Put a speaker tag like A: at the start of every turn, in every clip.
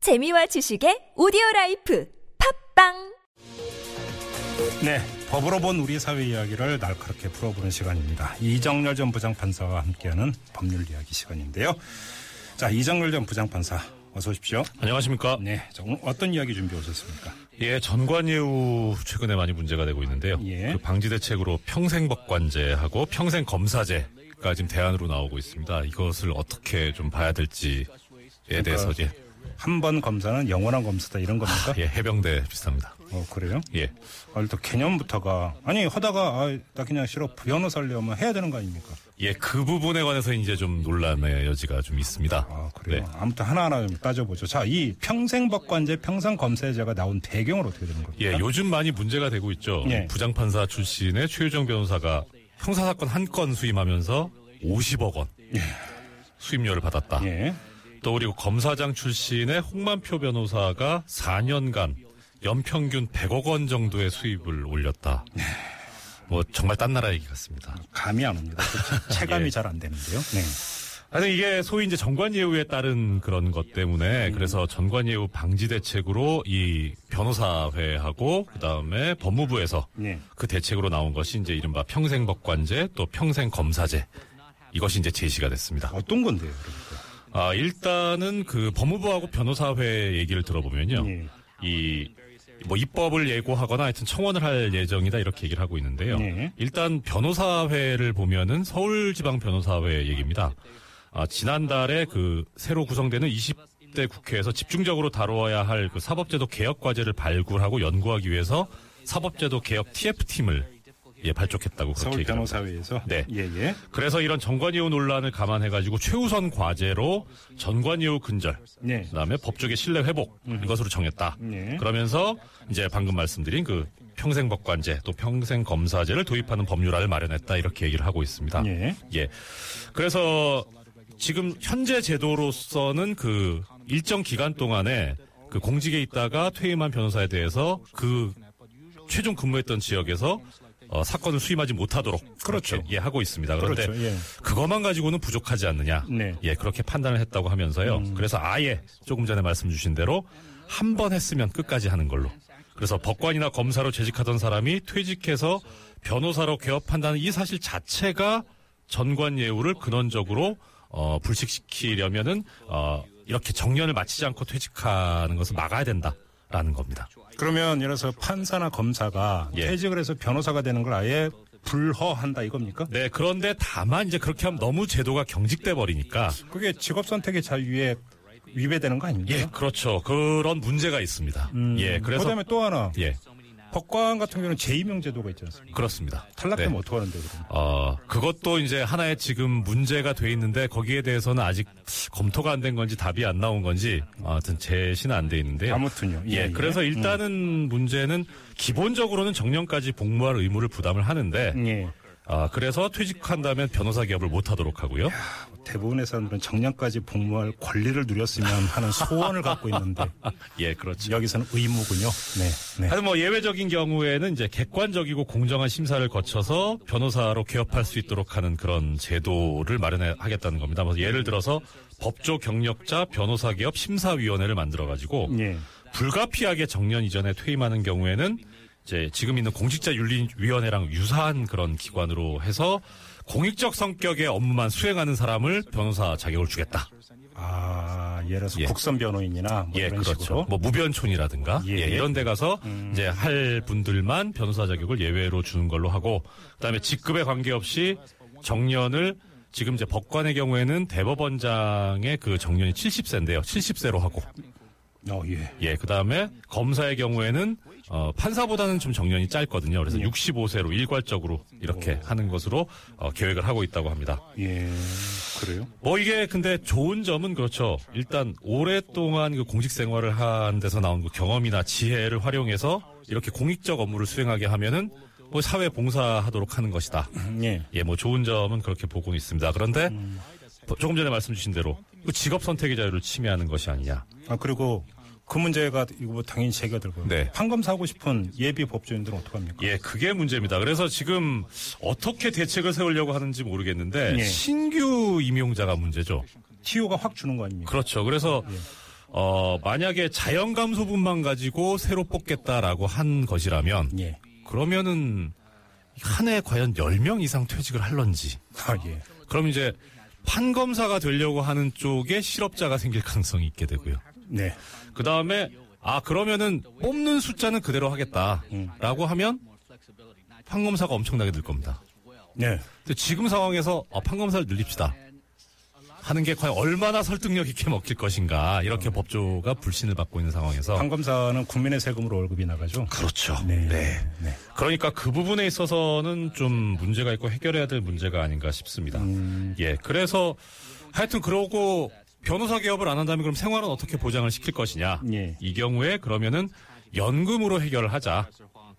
A: 재미와 지식의 오디오 라이프 팝빵
B: 네, 법으로 본 우리 사회 이야기를 날카롭게 풀어보는 시간입니다. 이정열 전 부장판사와 함께하는 법률 이야기 시간인데요. 자, 이정열 전 부장판사 어서 오십시오.
C: 안녕하십니까.
B: 네, 자, 오늘 어떤 이야기 준비해 오셨습니까?
C: 예, 전관예우 최근에 많이 문제가 되고 있는데요.
B: 예.
C: 그 방지 대책으로 평생 법관제하고 평생 검사제가 지금 대안으로 나오고 있습니다. 이것을 어떻게 좀 봐야 될지에 대해서 예,
B: 한 번 검사는 영원한 검사다 이런 겁니까?
C: 예, 해병대 비슷합니다.
B: 어, 그래요?
C: 예.
B: 아, 일단 개념부터가 아니 하다가 아, 나 그냥 싫어 변호사려면 해야 되는 거 아닙니까?
C: 예, 그 부분에 관해서 이제 좀 논란의 여지가 좀 있습니다.
B: 아, 그래요.
C: 네.
B: 아무튼 하나하나 좀 따져보죠. 자, 이 평생 법관제, 평생 검사제가 나온 배경은 어떻게 되는 겁니까?
C: 예, 요즘 많이 문제가 되고 있죠.
B: 예.
C: 부장판사 출신의 최유정 변호사가 형사사건 한 건 수임하면서 50억 원 수임료를 받았다.
B: 예.
C: 또 그리고 검사장 출신의 홍만표 변호사가 4년간 연평균 100억 원 정도의 수입을 올렸다. 뭐 정말 딴 나라 얘기 같습니다.
B: 감이 안 옵니다. 그렇죠? 체감이
C: 예.
B: 잘 안 되는데요. 네.
C: 하여튼 이게 소위 이제 정관예우에 따른 그런 것 때문에 그래서 전관예우 방지 대책으로 이 변호사회하고 그다음에 법무부에서
B: 네.
C: 그 대책으로 나온 것이 이제 이른바 평생 법관제 또 평생 검사제 이것이 이제 제시가 됐습니다.
B: 어떤 건데요? 그러니까?
C: 아, 일단은 그 법무부하고 변호사회 얘기를 들어보면요.
B: 예.
C: 이, 뭐 입법을 예고하거나 하여튼 청원을 할 예정이다 이렇게 얘기를 하고 있는데요.
B: 네.
C: 일단 변호사회를 보면은 서울지방변호사회 얘기입니다. 아, 지난달에 그 새로 구성되는 20대 국회에서 집중적으로 다루어야 할 그 사법제도 개혁 과제를 발굴하고 연구하기 위해서 사법제도 개혁 TF팀을 예, 발족했다고 그렇게
B: 서울
C: 얘기를 합니다.
B: 변호사회에서
C: 네.
B: 예, 예.
C: 그래서 이런 정관예우 논란을 감안해가지고 최우선 과제로 전관예우 근절,
B: 네. 음.
C: 그다음에 법조계 신뢰 회복 이것으로 정했다.
B: 네.
C: 그러면서 이제 방금 말씀드린 그 평생 법관제 또 평생 검사제를 도입하는 법률안을 마련했다 이렇게 얘기를 하고 있습니다.
B: 예.
C: 예. 그래서 지금 현재 제도로서는 그 일정 기간 동안에 그 공직에 있다가 퇴임한 변호사에 대해서 그 최종 근무했던 지역에서 어, 사건을 수임하지 못하도록
B: 그렇죠.
C: 그렇게, 예 하고 있습니다. 그런데
B: 그렇죠, 예.
C: 그것만 가지고는 부족하지 않느냐.
B: 네. 음.
C: 예 그렇게 판단을 했다고 하면서요. 그래서 아예 조금 전에 말씀 주신 대로 한 번 했으면 끝까지 하는 걸로. 그래서 법관이나 검사로 재직하던 사람이 퇴직해서 변호사로 개업한다는 이 사실 자체가 전관 예우를 근원적으로 어, 불식시키려면은 어, 이렇게 정년을 마치지 않고 퇴직하는 것을 막아야 된다라는 겁니다.
B: 그러면 예를 들어서 판사나 검사가
C: 예.
B: 퇴직을 해서 변호사가 되는 걸 아예 불허한다 이겁니까?
C: 네, 그런데 다만 이제 그렇게 하면 너무 제도가 경직돼 버리니까
B: 그게 직업 선택의 자유에 위배되는 거 아닙니까?
C: 예, 그렇죠. 그런 문제가 있습니다. 예, 그래서
B: 그다음에 또 하나
C: 예,
B: 법관 같은 경우는 재임용 제도가 있지 않습니까?
C: 그렇습니다.
B: 탈락되면
C: 네.
B: 어떻게 하는데 그러면?
C: 어, 그것도 이제 하나의 지금 문제가 돼 있는데 거기에 대해서는 아직 검토가 안 된 건지 답이 안 나온 건지 아무튼 제시는 안 돼 있는데요.
B: 아무튼요. 음.
C: 예, 그래서 일단은 문제는 기본적으로는 정년까지 복무할 의무를 부담을 하는데
B: 음. 예.
C: 아, 그래서 퇴직한다면 변호사 기업을 못 하도록 하고요.
B: 대부분의 사람들은 정년까지 복무할 권리를 누렸으면 하는 소원을 갖고 있는데
C: 예, 그렇죠.
B: 여기서는 의무군요. 네. 네.
C: 하여튼 뭐 예외적인 경우에는 이제 객관적이고 공정한 심사를 거쳐서 변호사로 개업할 수 있도록 하는 그런 제도를 마련하겠다는 겁니다. 뭐 예를 들어서 법조 경력자 변호사 개업 심사위원회를 만들어 가지고
B: 예.
C: 불가피하게 정년 이전에 퇴임하는 경우에는 이제 지금 있는 공직자 윤리위원회랑 유사한 그런 기관으로 해서 공익적 성격의 업무만 수행하는 사람을 변호사 자격을 주겠다.
B: 아, 예를 들어서
C: 예.
B: 국선 변호인이나 뭐
C: 예,
B: 이런
C: 그렇죠.
B: 식으로.
C: 뭐 무변촌이라든가
B: 예.
C: 예, 음. 이런 데 가서 이제 할 분들만 변호사 자격을 예외로 주는 걸로 하고 그다음에 직급에 관계없이 정년을 지금 이제 법관의 경우에는 대법원장의 그 정년이 70세인데요. 70세로 하고
B: 어, 예.
C: 예, 그다음에 검사의 경우에는 어, 판사보다는 좀 정년이 짧거든요. 그래서 65세로 일괄적으로 이렇게 하는 것으로 어, 계획을 하고 있다고 합니다.
B: 예. 그래요?
C: 뭐 이게 근데 좋은 점은 그렇죠. 일단 오랫동안 그 공직 생활을 한 데서 나온 그 경험이나 지혜를 활용해서 이렇게 공익적 업무를 수행하게 하면은 뭐 사회 봉사하도록 하는 것이다.
B: 예.
C: 예, 뭐 좋은 점은 그렇게 보고 있습니다. 그런데 조금 전에 말씀 주신 대로 그 직업 선택의 자유를 침해하는 것이 아니냐.
B: 아, 그리고 그 문제가 이거 뭐 당연히 제기되고.
C: 네.
B: 판검사 하고 싶은 예비 법조인들은 어떡합니까?
C: 예, 그게 문제입니다. 그래서 지금 어떻게 대책을 세우려고 하는지 모르겠는데
B: 예.
C: 신규 임용자가 문제죠.
B: TO가 확 주는 거 아닙니까?
C: 그렇죠. 그래서 어, 만약에 자연 감소분만 가지고 새로 뽑겠다라고 한 것이라면
B: 예.
C: 그러면은 한 해에 과연 10명 이상 퇴직을 할런지
B: 아, 예.
C: 그럼 이제 판검사가 되려고 하는 쪽에 실업자가 생길 가능성이 있게 되고요.
B: 네.
C: 그 다음에 아 그러면은 뽑는 숫자는 그대로 하겠다라고 하면 판검사가 엄청나게 늘 겁니다.
B: 네.
C: 근데 지금 상황에서 아, 판검사를 늘립시다 하는 게 과연 얼마나 설득력 있게 먹힐 것인가 이렇게 법조가 불신을 받고 있는 상황에서
B: 판검사는 국민의 세금으로 월급이 나가죠.
C: 어. 그렇죠.
B: 네.
C: 네. 그러니까 그 부분에 있어서는 좀 문제가 있고 해결해야 될 문제가 아닌가 싶습니다. 예. 그래서 하여튼 그러고 변호사 개업을 안 한다면 그럼 생활은 어떻게 보장을 시킬 것이냐.
B: 예.
C: 이 경우에 그러면은 연금으로 해결을 하자.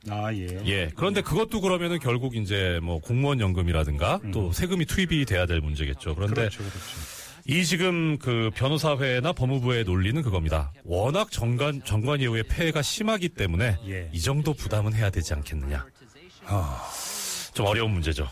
B: 아, 예.
C: 예. 그런데 그것도 그러면은 결국 이제 뭐 공무원 연금이라든가 또 세금이 투입이 돼야 될 문제겠죠. 그런데
B: 음. 그렇죠, 그렇죠.
C: 이 지금 그 변호사회나 법무부의 논리는 그겁니다. 워낙 정관 정관 예우의 폐해가 심하기 때문에
B: 예. 아.
C: 이 정도 부담은 해야 되지 않겠느냐. 좀 어려운 문제죠.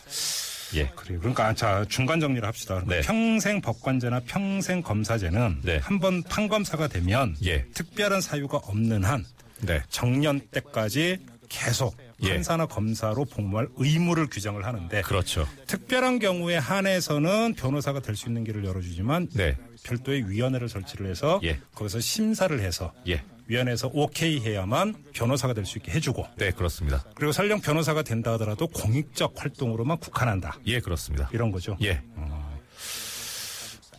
C: 예.
B: 그래요. 그러니까 자 중간 정리를 합시다. 그러니까
C: 네.
B: 평생 법관제나 평생 검사제는
C: 네.
B: 한 번 판검사가 되면
C: 예.
B: 특별한 사유가 없는 한
C: 네.
B: 정년 때까지 계속
C: 예.
B: 판사나 검사로 복무할 의무를 규정을 하는데
C: 그렇죠.
B: 특별한 경우에 한해서는 변호사가 될 수 있는 길을 열어주지만
C: 네.
B: 별도의 위원회를 설치를 해서
C: 예.
B: 거기서 심사를 해서
C: 예.
B: 위원회에서 오케이 해야만 변호사가 될 수 있게 해주고
C: 네, 그렇습니다.
B: 그리고 설령 변호사가 된다 하더라도 공익적 활동으로만 국한한다
C: 예, 그렇습니다.
B: 이런 거죠.
C: 예.
B: 아.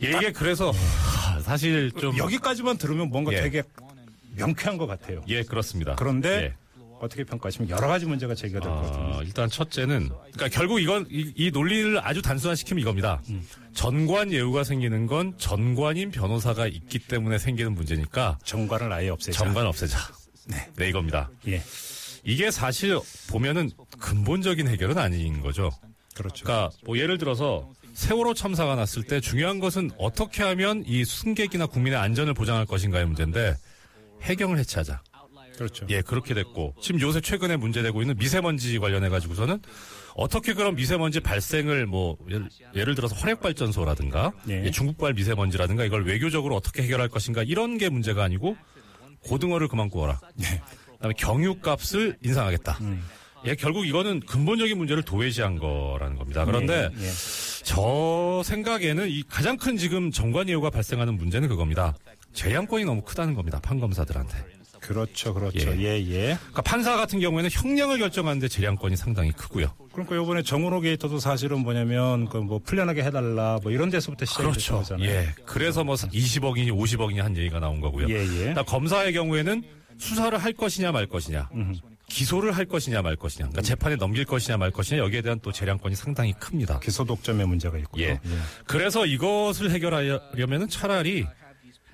C: 예, 이게 그래서 하, 사실 좀
B: 여기까지만 들으면 뭔가
C: 예.
B: 되게 명쾌한 것 같아요.
C: 예, 그렇습니다. 예.
B: 그런데 어떻게 평가하시면 여러 가지 문제가 제기가 될 것 같아요.
C: 아, 일단 첫째는 그러니까 결국 이건 이, 이 논리를 아주 단순화시키면 이겁니다.
B: 음.
C: 전관 예우가 생기는 건 전관인 변호사가 있기 때문에 생기는 문제니까
B: 정관을 아예 없애자.
C: 전관 없애자. 네, 이겁니다.
B: 예,
C: 이게 사실 보면은 근본적인 해결은 아닌 거죠.
B: 그렇죠.
C: 그러니까 뭐 예를 들어서 세월호 참사가 났을 때 중요한 것은 어떻게 하면 이 승객이나 국민의 안전을 보장할 것인가의 문제인데 해경을 해체하자.
B: 그렇죠.
C: 예, 그렇게 됐고 지금 요새 최근에 문제되고 있는 미세먼지 관련해 가지고서는 어떻게 그럼 미세먼지 발생을 뭐 예를, 예를 들어서 화력 발전소라든가
B: 네.
C: 예, 중국발 미세먼지라든가 이걸 외교적으로 어떻게 해결할 것인가 이런 게 문제가 아니고 고등어를 그만 구워라. 그다음에 경유값을 인상하겠다. 예, 결국 이거는 근본적인 문제를 도외시한 거라는 겁니다. 그런데
B: 예, 예.
C: 저 생각에는 이 가장 큰 지금 정관 예우가 발생하는 문제는 그겁니다. 재량권이 너무 크다는 겁니다. 판검사들한테.
B: 그렇죠, 그렇죠.
C: 예.
B: 예, 예.
C: 그러니까 판사 같은 경우에는 형량을 결정하는데 재량권이 상당히 크고요.
B: 그러니까 요번에 정은호 게이터도 사실은 뭐냐면 그 뭐 풀려나게 해달라 뭐 이런 데서부터 시작이 됐던 거잖아요.
C: 예. 그래서 뭐 20억이니 50억이니 한 얘기가 나온 거고요.
B: 예, 예.
C: 그러니까 검사의 경우에는 수사를 할 것이냐 말 것이냐,
B: 음.
C: 기소를 할 것이냐 말 것이냐, 그러니까 재판에 넘길 것이냐 말 것이냐 여기에 대한 또 재량권이 상당히 큽니다.
B: 기소 독점의 문제가 있고요.
C: 예. 그래서 이것을 해결하려면 차라리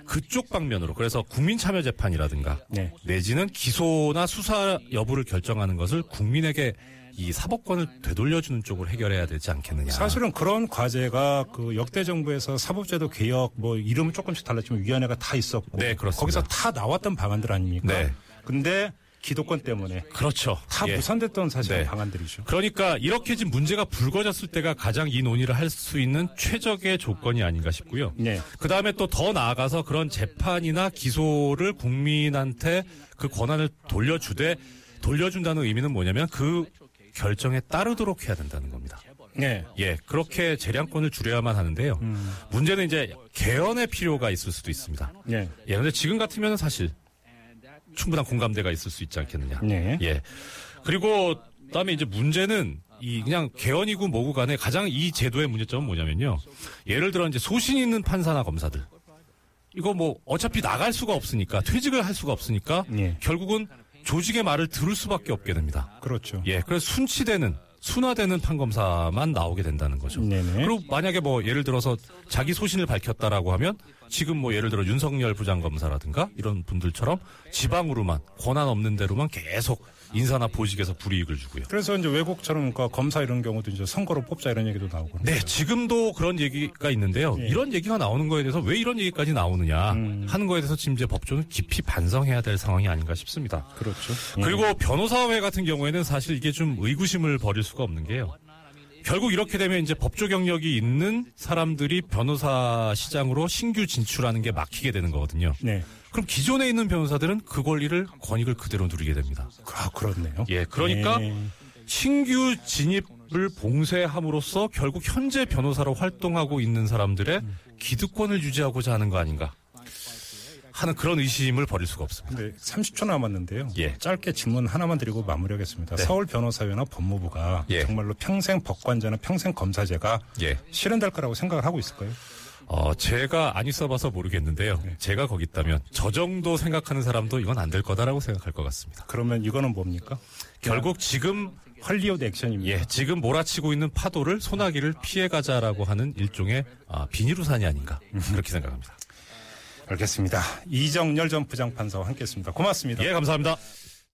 C: 그쪽 방면으로 그래서 국민참여재판이라든가
B: 네.
C: 내지는 기소나 수사 여부를 결정하는 것을 국민에게 이 사법권을 되돌려주는 쪽으로 해결해야 되지 않겠느냐.
B: 사실은 그런 과제가 그 역대 정부에서 사법제도 개혁 뭐 이름은 조금씩 달랐지만 위원회가 다 있었고
C: 네, 그렇습니다.
B: 거기서 다 나왔던 방안들 아닙니까?
C: 네.
B: 근데 기도권 때문에
C: 그렇죠.
B: 다
C: 예.
B: 무산됐던 사실 은
C: 네.
B: 방안들이죠.
C: 그러니까 이렇게 지금 문제가 불거졌을 때가 가장 이 논의를 할 수 있는 최적의 조건이 아닌가 싶고요.
B: 네.
C: 그 다음에 또 더 나아가서 그런 재판이나 기소를 국민한테 그 권한을 돌려주되 돌려준다는 의미는 뭐냐면 그 결정에 따르도록 해야 된다는 겁니다.
B: 네.
C: 예, 그렇게 재량권을 줄여야만 하는데요. 문제는 이제 개헌의 필요가 있을 수도 있습니다.
B: 네.
C: 예, 근데 지금 같으면 사실 충분한 공감대가 있을 수 있지 않겠느냐.
B: 네.
C: 예. 그리고 그다음에 이제 문제는 이 그냥 개헌이고 뭐고 간에 가장 이 제도의 문제점은 뭐냐면요. 예를 들어 이제 소신 있는 판사나 검사들. 이거 뭐 어차피 나갈 수가 없으니까 퇴직을 할 수가 없으니까
B: 예.
C: 결국은 조직의 말을 들을 수밖에 없게 됩니다.
B: 그렇죠.
C: 예, 그래서 순치되는 순화되는 판검사만 나오게 된다는 거죠.
B: 네네.
C: 그리고 만약에 뭐 예를 들어서 자기 소신을 밝혔다라고 하면 지금 뭐 예를 들어 윤석열 부장검사라든가 이런 분들처럼 지방으로만 권한 없는 대로만 계속 인사나 보직에서 불이익을 주고요.
B: 그래서 이제 외국처럼 그러니까 검사 이런 경우도 이제 선거로 뽑자 이런 얘기도 나오고.
C: 네, 지금도 그런 얘기가 있는데요.
B: 네.
C: 이런 얘기가 나오는 거에 대해서 왜 이런 얘기까지 나오느냐
B: 음.
C: 하는 거에 대해서 지금 이제 법조는 깊이 반성해야 될 상황이 아닌가 싶습니다.
B: 그렇죠.
C: 그리고 변호사회 같은 경우에는 사실 이게 좀 의구심을 버릴 수가 없는 게요. 결국 이렇게 되면 이제 법조 경력이 있는 사람들이 변호사 시장으로 신규 진출하는 게 막히게 되는 거거든요.
B: 네.
C: 그럼 기존에 있는 변호사들은 그 권리를 권익을 그대로 누리게 됩니다.
B: 아, 그렇네요.
C: 예, 그러니까
B: 네.
C: 신규 진입을 봉쇄함으로써 결국 현재 변호사로 활동하고 있는 사람들의 기득권을 유지하고자 하는 거 아닌가 하는 그런 의심을 버릴 수가 없습니다.
B: 네, 30초 남았는데요.
C: 예. 네.
B: 짧게 질문 하나만 드리고 마무리하겠습니다. 서울 변호사회나 법무부가
C: 예.
B: 정말로 평생 법관제나 평생 검사제가
C: 예.
B: 실현될 거라고 생각을 하고 있을까요?
C: 어, 제가 안 있어봐서 모르겠는데요. 제가 거기 있다면 저 정도 생각하는 사람도 이건 안 될 거다라고 생각할 것 같습니다.
B: 그러면 이거는 뭡니까?
C: 결국 지금
B: 헐리우드 액션입니다.
C: 예, 지금 몰아치고 있는 파도를 소나기를 피해가자라고 하는 일종의 아, 비닐우산이 아닌가 그렇게 생각합니다.
B: 알겠습니다. 이정열 전 부장판사와 함께했습니다. 고맙습니다.
C: 예, 감사합니다.